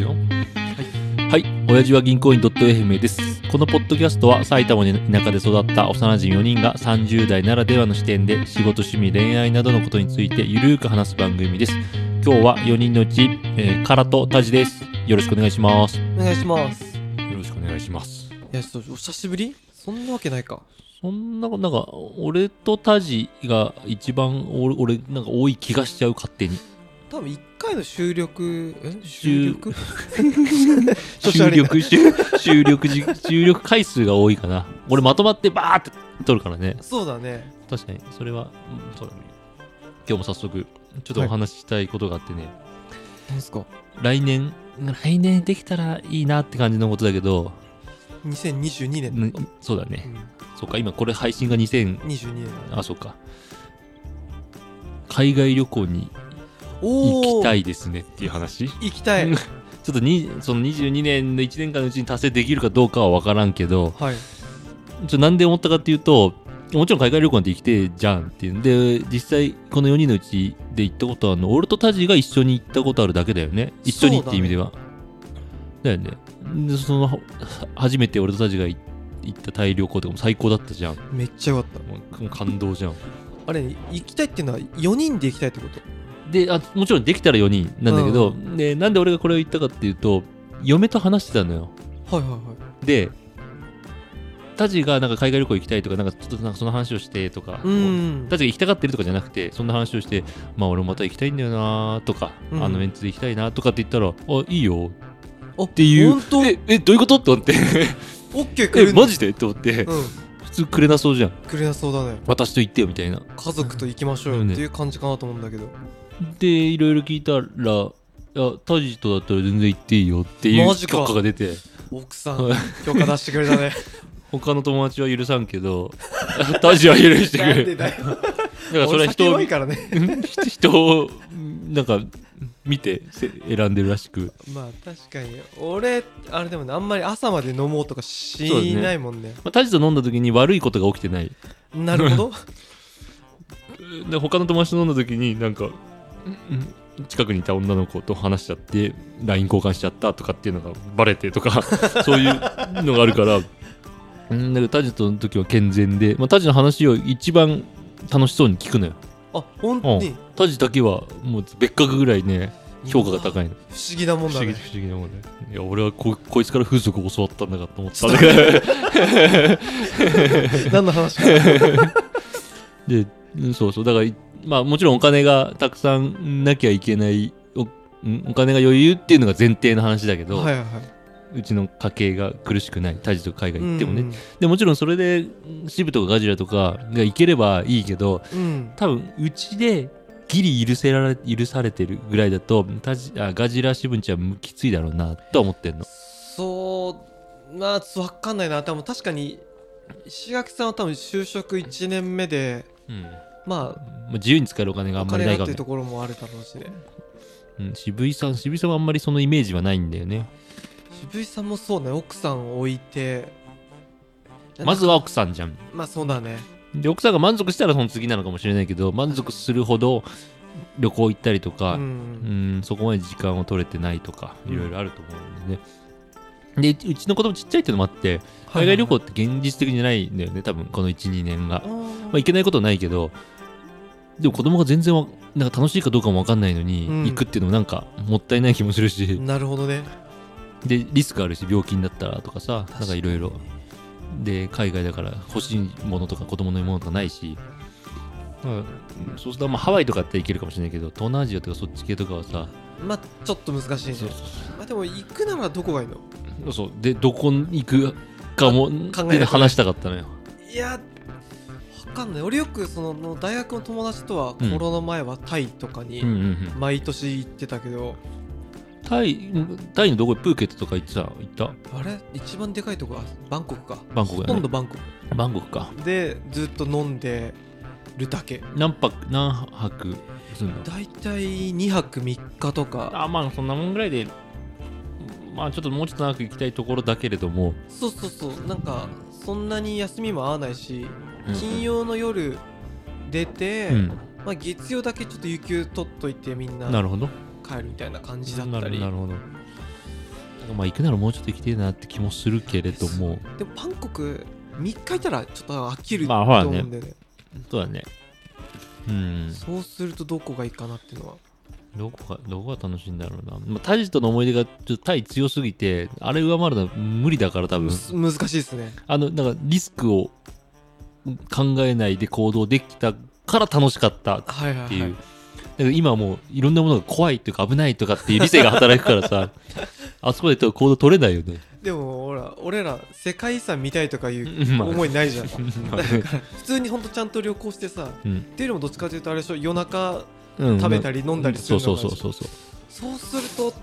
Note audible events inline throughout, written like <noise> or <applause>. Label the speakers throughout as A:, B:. A: よはい、親父は銀行員 .fm です。このポッドキャストは埼玉の田舎で育った幼馴染4人が30代ならではの視点で仕事、趣味、恋愛などのことについてゆるーく話す番組です。今日は4人のうち、えー、カラとタジです。よろしくお願いします。よ
B: お願いします。い
A: ろしくお願いします。
B: や、ちょっとお久しぶりそんなわけないか。
A: そんな、なんか、俺とタジが一番俺、俺、なんか多い気がしちゃう、勝手に。
B: 多分一回の収録、え収録調子
A: 収
B: 悪いな
A: 録、収 <laughs> 収録時、収録回数が多いかな。俺まとまってバーって撮るからね。
B: そうだね。
A: 確かにそれは、うんそうだね今日も早速ちょっとお話ししたいことがあってね、
B: 何すか
A: 来年来年できたらいいなって感じのことだけど、
B: ?2022 年。
A: うんそうだ
B: う
A: ね
B: ん、
A: そうか今これ配信が2000
B: 22年。
A: あそうか海外旅行に行
B: おー
A: きたいですねっていう話ち
B: 行きたい。
A: うんょっとにその22年の1年間のうちに達成できるかどうかは分からんけど
B: はい。
A: ちょなんで思ったかっていうともちろん海外旅行なんて行きてえじゃんっていうんで実際この4人のうちで行ったことあるの俺とタジが一緒に行ったことあるだけだよね一緒にっていう意味ではだ,、よねでそのは初めて俺とタジが行行ったタイ旅行とかも最高だったじゃんも
B: めっちゃよかった。
A: うもう感動じゃん
B: あれ、行きたいっていうのは4人で行きたいってこと
A: であもちろんできたら4人なんだけど、
B: う
A: でなんで俺がこれを言ったかっていうと嫁と話してたのよ
B: はいはいはい。
A: でタジがなんか海外旅行行きたいとかなんかちょっとなんかその話をしてとか、
B: うん。
A: 確かに行きたがってるとかじゃなくてそんな話をして「まあ俺もまた行きたいんだよな」とか、
B: うん
A: あのメンツで行きたいな」とかって言ったら「あいいよ」
B: あ
A: っていう
B: ほんと
A: ええどういうこと?」って思
B: <laughs>
A: って
B: オッケ
A: 「
B: ーくれ
A: え
B: る
A: マジで?」って思って、
B: うん。
A: 普通くれなそうじゃん
B: くれなそうだね。
A: 私と行ってよみたいな
B: 家族と行きましょうよっていう感じかなと思うんだけど。
A: でいろいろ聞いたら「いやタジとだったら全然行っていいよ」っていう
B: マジか
A: 許可が出て
B: 奥さん
A: はい、
B: 許可出してくれた <laughs> ね。
A: 他の友達は許さんけど <laughs> タジは許してく
B: な
A: れ
B: ん
A: る
B: で
A: だか
B: だよ。
A: らそれ
B: 俺
A: は
B: 酒
A: 人を
B: 弱いからね。
A: <laughs> 人をなんか見てせ選んでるらしく
B: まあ確かに俺あれでもねあんまり朝まで飲もうとか
A: そうだ
B: し
A: ね
B: ないもんね
A: まあ、タジと飲んだ時に悪いことが起きてない
B: なる
A: <laughs>
B: ほど
A: で他の友達と飲んだ時になんかうん近くにいた女の子と話しちゃって LINE 交換しちゃったとかっていうのがバレてと
B: <laughs>
A: かそういうのがあるからうんだけどタジとの時は健全で、まあ、タジの話を一番楽しそうに聞くのよ
B: あ本当に
A: タジだけはもう別格ぐらいね評価が高いの
B: 不思議なもん
A: 不
B: だ
A: 思議
B: ね
A: 不思議なもんねいや俺はここいつから風俗を教わったんだかと思った
B: ちょっと何の
A: <laughs>
B: 話か
A: でうんそうそうだからいまあもちろんお金がたくさんなきゃいけないおんお金が余裕っていうのが前提の話だけど、
B: はいはいう
A: ちの家計が苦しくないタジと海外行ってもね、
B: ね
A: でもちろんそれでシブとかガジラとかが行ければいいけど
B: うん
A: 多分うちでギリ許せられ許されてるぐらいだとタジあガジラシブンちゃんきついだろうなとは思ってんの
B: そうまあ分かんないなでも確かに石垣さんは多分就職1年目で
A: うん
B: まあ
A: まあ自由に使えるお金があ
B: お
A: んまりな
B: 金
A: い
B: が
A: かも
B: っていうところもあるだろうしね
A: うん、渋井さん渋井さんはあんまりそのイメージはないんだよね
B: 渋井さんもそうね奥さんを置いて
A: まず
B: は
A: は奥さんじゃん
B: まあそうだね
A: で奥さんが満足したらその次なのかもしれないけど満足するほど旅行行ったりとか、
B: う
A: うんんそこまで時間を取れてないとか
B: うん
A: いろいろあると思うんでね、でうちの子供ちっちゃいっていうのもあって海外旅行って現実的じゃないんだよね多分この12年が、
B: あ
A: ま
B: ー
A: あ、行けないことはないけどでも子供が全然わなんか楽しいかどうかも分かんないのに、
B: うん
A: 行くっていうのもなんかもったいない気もするし、
B: なるほどね
A: でリスクあるし病気になったらとかさなんかいろいろで海外だから欲しいものとか子供のものとかないしだからそうするとまあハワイとかだって行けるかもしれないけど東南アジアとかそっち系とかはさ
B: まあちょっと難しいね
A: そう
B: まあでも行くならどこがいいの
A: そうそうでどこに行くかも
B: 考えなくない
A: で話したかったのよ
B: いやわかんない俺よくその大学の友達とは
A: うん
B: コロナ前はタイとか
A: うんうん
B: に
A: うん
B: 毎年行ってたけど、
A: タイタイのどこプーケットとか行ってた行った
B: あれ一番でかいとこはバンコクか
A: バンコク
B: ほ
A: だ
B: とん
A: ね
B: どバンコ
A: バンコクか
B: クでずっと飲んでるだけ
A: 何泊何泊するの
B: 大体2泊3日とか
A: あまあそんなもんぐらいでまあちょっともうちょっと長く行きたいところだけれども
B: そうそうそうなんかそんなに休みも合わないし
A: うん
B: 金曜の夜出て、
A: うん
B: まあ、月曜だけちょっと有給取っといてみんな
A: なるほど
B: 帰るみたいな感じだったり
A: なるほどなるまあ行くならもうちょっと行きてえなって気もするけれども
B: でも、バンコク、3日いたらちょっと飽きると
A: まあほら
B: 思
A: ね
B: うんだよね。
A: そうだねうん
B: そうすると、どこがいいかなっていうのは。
A: どこがどこが楽しいんだろうな、まあ、タイとの思い出がちょっとタイ強すぎてあれ上回るのは無理だから多分
B: す難しいですね。
A: あのなんかリスクを考えないで行動できたから楽しかったっ
B: はいは
A: て
B: い
A: いう、
B: はい。
A: だから今もういろんなものが怖いとか危ないとかっていう理性が働くから
B: <laughs>
A: さあそこで行動取れないよね
B: でも、ほら、俺ら、世界遺産見たいとかいう
A: まあ
B: 思いない
A: <laughs>
B: じゃん。
A: まあね
B: 普通にほんとちゃんと旅行してさ、っ
A: うん
B: ていうよりもどっちかというと、あれでしょ、夜中、
A: うん
B: 食べたり飲んだりするのが
A: そうそうそうそう
B: そうすると、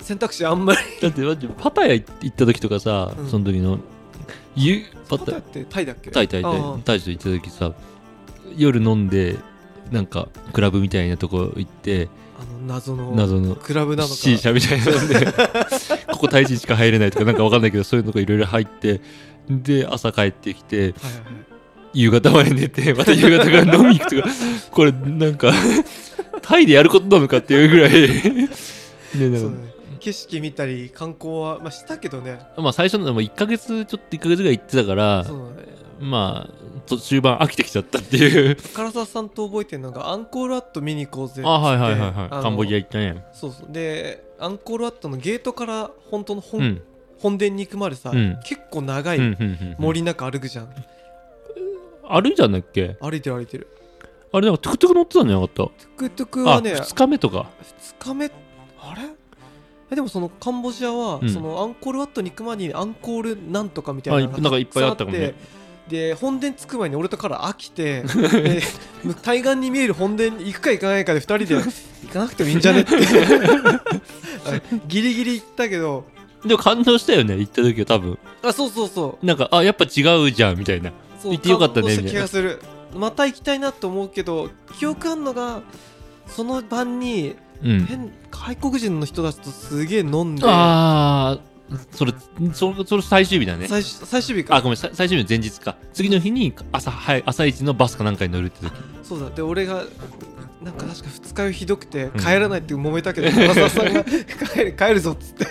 B: 選択肢あんまり。
A: だってだってパタヤ行った時とかさ、
B: うん
A: その時のゆパタ
B: だってタイだっけ
A: タイタイ
B: あ
A: タイ
B: あ
A: タイと行った時さ夜飲んでなんかクラブみたいなとこ行って
B: あの謎の
A: 謎の
B: クラブなのか
A: C 社みたいなの
B: <laughs>
A: でここタイ人しか入れないとかなんかわかんないけどそういうのがいろいろ入ってで朝帰ってきて
B: はいはいはい
A: 夕方まで寝
B: <laughs>
A: てまた夕方から飲み行くとかこれなんかタイでやることなのかっていうぐらいねなん
B: そう
A: か
B: だね景色見たり観光は、まあ、したけどね
A: まあ最初のも1ヶ月ちょっと1ヶ月ぐらい行ってたから
B: そうだね
A: まあ途中盤飽きてきちゃったっていう
B: 唐沢さんと覚えてるのがアンコールワット見に行こうぜっつって
A: <laughs> あはいはいはいはい
B: あの
A: カンボジア行ったね
B: そうそうでアンコールワットのゲートから本当の
A: う
B: 本,、
A: んうん
B: 本殿に行くまでさ、
A: うん
B: 結構
A: う
B: 長
A: んう
B: い
A: んうん
B: 森の中歩くじゃん、
A: 歩いたんだっけ
B: 歩いてる歩いてる
A: あれなんかトゥクトゥク乗ってたんじゃなかっ
B: トゥクトゥク
A: たあ
B: はね
A: 2日目とか
B: 2日目あれえでもそのカンボジアは、
A: うん
B: そのアンコールワットに行く前にアンコールなんとかみたいなの
A: あいなんかいっぱいあったかもね
B: たくさんあってで本殿着く前に俺とから飽き
A: <laughs>
B: てで対岸に見える本殿に行くか行かないかで2人で行かなくてもいいんじゃ
A: <laughs>
B: ねってギリギリ行ったけど
A: でも感動したよね行った時は多分
B: あそうそうそう
A: なんかあやっぱ違うじゃんみたいな
B: そう
A: 行ってよかったね
B: 感動し
A: みた
B: 気
A: いな
B: がするまた行きたいなと思うけど記憶あんのがその晩に
A: うん
B: 変外国人の人たちとすげえ飲んで
A: ああそれそれそれ最終日だね
B: 最終最終日
A: あ
B: か
A: ごめんさ最終日の前日か次の日に朝はい朝一のバスかなんかに乗るって時
B: そうだで俺がなんか確か二日酔いひどくて
A: ん
B: 帰らないって揉めたけど長澤さんが帰る帰るぞっつって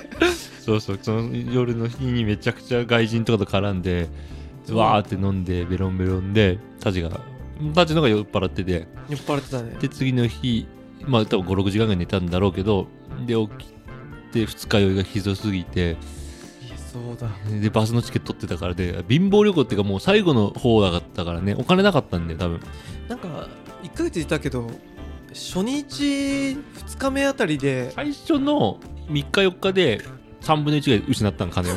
A: そうそうその夜の日にめちゃくちゃ外人とかと絡んで
B: そう
A: わーって飲んでベロンベロンでタジがタジの方が酔っ払ってて
B: 酔っ払ってたね
A: で次の日まあ多分56時間ぐらい寝たんだろうけどで起きて二日酔いがひどすぎて
B: いやそうだ
A: でバスのチケット取ってたからで貧乏旅行っていうかもう最後の方だったからねお金なかったんだよ多分
B: なんか1ヶ月いたけど初日2日目あたりで
A: 最初の3日4日で3分の1ぐらい失ったん金を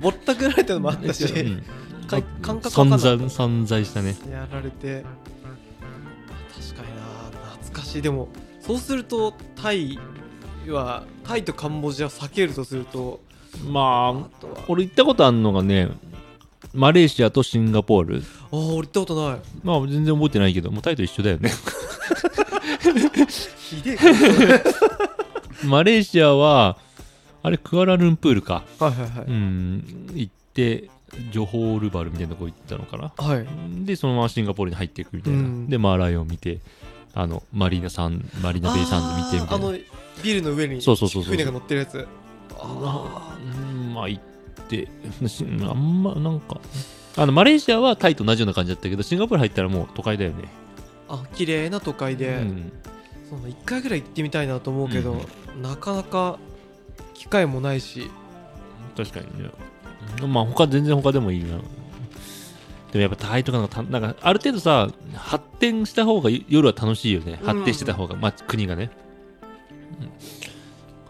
B: ぼったくられたのもあったし
A: うん
B: か感覚わか
A: 散
B: んなかった
A: 々散々したね
B: やられて確かにな懐かしいでもそうするとタイはタイとカンボジア避けるとすると
A: まあ
B: あとは
A: 俺行ったことあるのがねマレーシアとシンガポール
B: ああ俺行ったことない
A: まあ全然覚えてないけどもうタイと一緒だ
B: <laughs>
A: よね
B: ひでえ感じだね
A: マレーシアはあれクアラルンプールか、
B: はいはいはいう
A: ん行ってジョホールバルみたいなとこ行ったのかな
B: はい
A: でそのままシンガポールに入っていくみたいな、
B: うん
A: でマーライオン見てあのマリーナサンマリーナベイサンズ見てみたい
B: あ
A: な
B: ーあのビルの上に
A: そうそうそうそう
B: 船が乗ってるやつあ
A: うんまあ行って <laughs> しあんまなんかあのマレーシアはタイと同じような感じだったけどシンガポール入ったらもう都会だよね、
B: ーあ綺麗な都会で、
A: うん
B: その1回ぐらい行ってみたいなと思うけど、なかなか機会もないし
A: 確かにねまあ他全然他でもいいなでもやっぱタイとかのたなんかある程度さ発展した方が夜は楽しいよね
B: うん
A: 発展してた方が、まあ国がね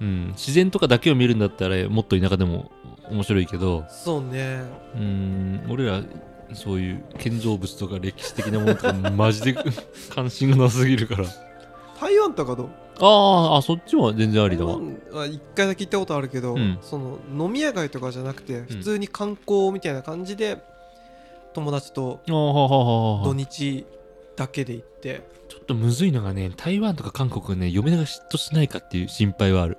A: うん、うん自然とかだけを見るんだったらもっと田舎でも面白いけど
B: そうね
A: うん俺らそういう建造物とか歴史的なものと <laughs> かマジで関心がなすぎるから
B: 台湾とかどう
A: あーあそっちも全然ありだ
B: 台
A: わ
B: 湾は1回だけ行ったことあるけど、
A: うん
B: その飲み屋街とかじゃなくて普通に観光みたいな感じで友達と
A: あーはははは
B: 土日だけで行って
A: ちょっとむずいのがね、台湾とか韓国ね、嫁が嫉妬しないかっていう心配はある。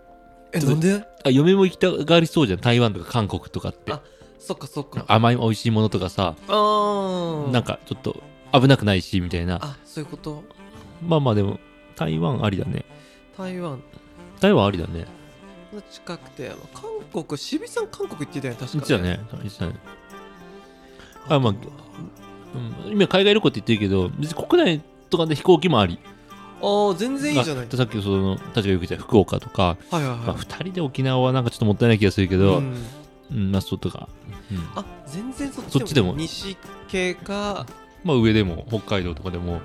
B: え
A: ちょっと
B: なんで
A: あ、嫁も行きたがりそうじゃん、台湾とか韓国とかって
B: あ。そっかそっかあ
A: 甘い美味しいものとかさ、
B: あ
A: なんかちょっと危なくないし、みたいな。
B: あそういうこと
A: まあまあでも、台湾ありだね。
B: 台湾
A: 台湾ありだね。
B: うが近くて、まあ韓国渋井さん韓国行ってたよね確か
A: 言ってたね言ってたねあまあ
B: とは
A: うん、今海外旅行って言ってるけど別に国内とかで飛行機もあり
B: あー全然いいじゃない
A: あさっきそのたちがよく言ってた福岡とか、
B: はいはい
A: まあ、
B: は
A: 2人で沖縄はなんかちょっともったいない気がするけ
B: い、
A: ど、う
B: うんん
A: まあそうとか、うん
B: あ全然そっち
A: そっちでも
B: 西系か
A: まあ上でも北海道とかでも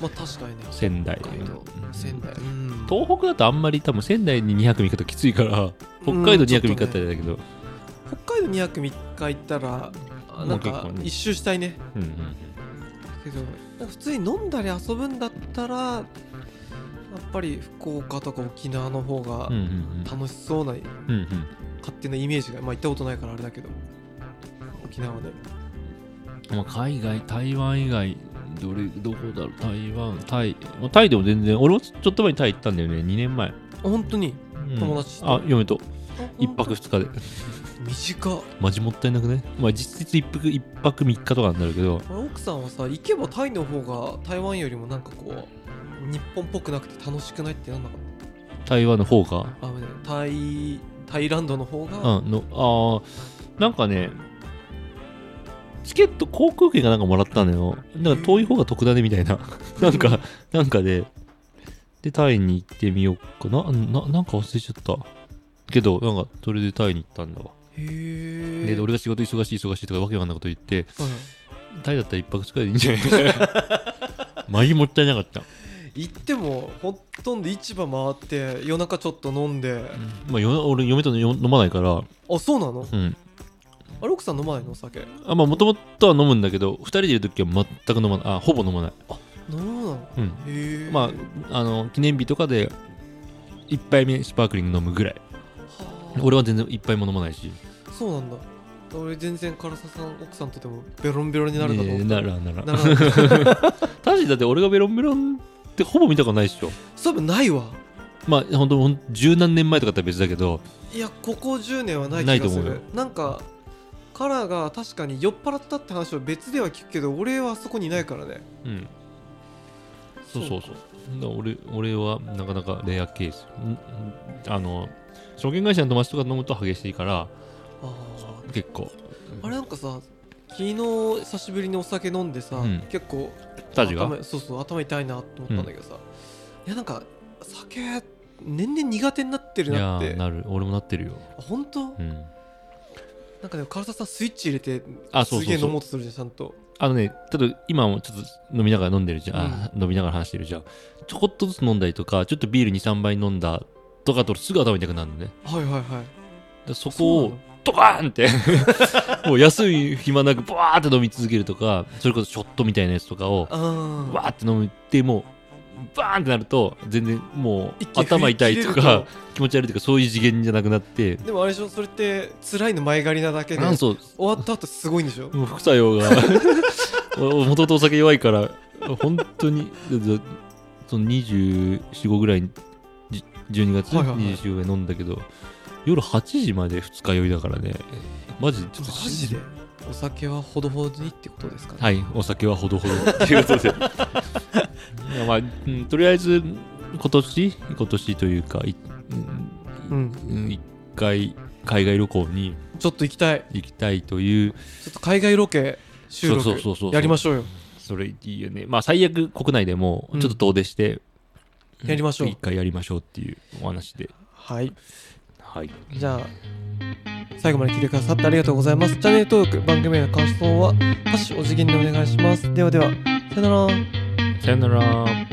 B: まあ確かにね
A: 仙台
B: 北海道
A: うん
B: 仙台、うん
A: 東北だとあんまり多分仙台に2泊3日ときついから北海道2泊3日ってあれだけど、
B: 北海道2泊3日行ったらあなん
A: もう
B: か
A: 結構ね
B: 一周したいね
A: うんうんうん
B: けどなんか普通に飲んだり遊ぶんだったらやっぱり福岡とか沖縄の方が
A: うん
B: 楽しそうな
A: うんうんうん
B: 勝手なイメージがまあ行ったことないからあれだけど沖縄で
A: うんまあ、海外台湾以外どれどこだろう台湾タイまあタイでも全然俺もちょっと前にタイ行ったんだよね2年前、
B: あ本当に
A: うん
B: 友達と
A: あ嫁と
B: あ
A: 1泊2日で
B: 短っ
A: マジもったいなくね、まあ、実質1泊一泊3日とかになるけど
B: あれ奥さんはさ行けばタイの方が台湾よりもなんかこう日本っぽくなくて楽しくないってなんなかっ
A: 台湾の方が
B: たあごめんタイタイランドの方が
A: うんのあーなんかねチケット航空券がなんかもらったのよなんか遠い方が得だねみたいななんかなんかででタイに行ってみようかなななんか忘れちゃったけどなんかそれでタイに行ったんだわ
B: へえ
A: で俺が仕事忙しい忙しいとかわけわかんないこと言って
B: はい
A: タイだったら一泊使いでいいんじゃない <laughs> かマジもったいなかった、
B: 行ってもほとんど市場回って夜中ちょっと飲んで
A: まあ、よ俺嫁と飲まないから、
B: あそうなの
A: うん、
B: あれ奥さん飲まないのお酒
A: あまあもともとは飲むんだけど2人でいる時は全く飲まないあほぼ飲まない、
B: 飲むなの
A: うん、
B: へえ
A: まああの記念日とかで1杯目スパークリング飲むぐらい
B: は
A: 俺は全然1杯も飲まないし
B: あそうなんだ俺全然唐沢さん奥さんとでもベロンベロンになるかと
A: ね
B: 思
A: え
B: っ
A: な
B: た
A: らなら
B: ならない
A: タジだって俺がベロンベロンってほぼ見たことないでしょ
B: そういえばないわ
A: まあ本当ほんと十何年前とかだったら別だけど
B: いやここ10年はない
A: な
B: 気
A: いと
B: がす
A: 思うよ
B: るなんかカラーが確かに酔っ払ったって話は別では聞くけど俺はあそこにいないからね
A: うんそうそうそうだから俺俺はなかなかレアケースんんあの証券会社の友達とか飲むと激しいから
B: あ
A: 結構
B: ーあれなんかさ昨日久しぶりにお酒飲んでさ、
A: うん
B: 結構
A: タジが
B: 頭そうそう頭痛いなと思ったんだけどさ、いやなんか酒年々苦手になって
A: い
B: る
A: や
B: なって
A: ーなる俺もなってるよ、
B: あ本当、
A: うん、
B: なんかでも唐沢さんスイッチ入れて
A: あそう
B: す
A: そ
B: げえ
A: うそ
B: 飲
A: う
B: もうとするじゃんちゃんと
A: あのねただ今もちょっと飲みながら飲んでるじゃん、あ飲みながら話してるじゃんちょこっとずつ飲んだりとかちょっとビール23杯飲んだとかとすぐ頭痛くなるのね
B: はいはいはい
A: だそこ
B: そう
A: をドカーンって
B: <laughs>
A: もう休み暇なくバーって飲み続けるとかそれこそショットみたいなやつとかを
B: なのうん
A: バーって飲むってもうバーンってなると全然もう
B: 一気に
A: 頭痛いと
B: 吹切れる
A: か気持ち悪いとかそういう次元じゃなくなって
B: とでもあれでしょそれって辛いの前借りなだけで
A: なんそ
B: 終
A: う
B: わった後すごいんでしょ
A: もう副作用が <laughs> もともとお酒弱いから本当にだだその245ぐらいにじ12月
B: はいはいはい
A: 245ぐらい飲んだけど、夜8時まで二日酔いだからねマジちょっと
B: マジでお酒はほどほどにってことですかね、
A: はいお酒はほどほどっていうことで <laughs> いやまあ、うんとりあえず今年今年というかいうん
B: うん、
A: うん一回海外旅行に
B: ちょっと行きたい
A: 行きたいという
B: ちょっと海外ロケ収録
A: そうそうそうそう
B: やりましょうよ
A: それいいよねまあ最悪国内でもちょっと遠出して、
B: やりましょう
A: 一回やりましょうっていうお話で
B: はい
A: はい
B: じゃあ最後まで聞いてくださってありがとうございますチャンネル登録番組への感想は「ハッシュお辞儀」でお願いしますではではさよなら
A: さよなら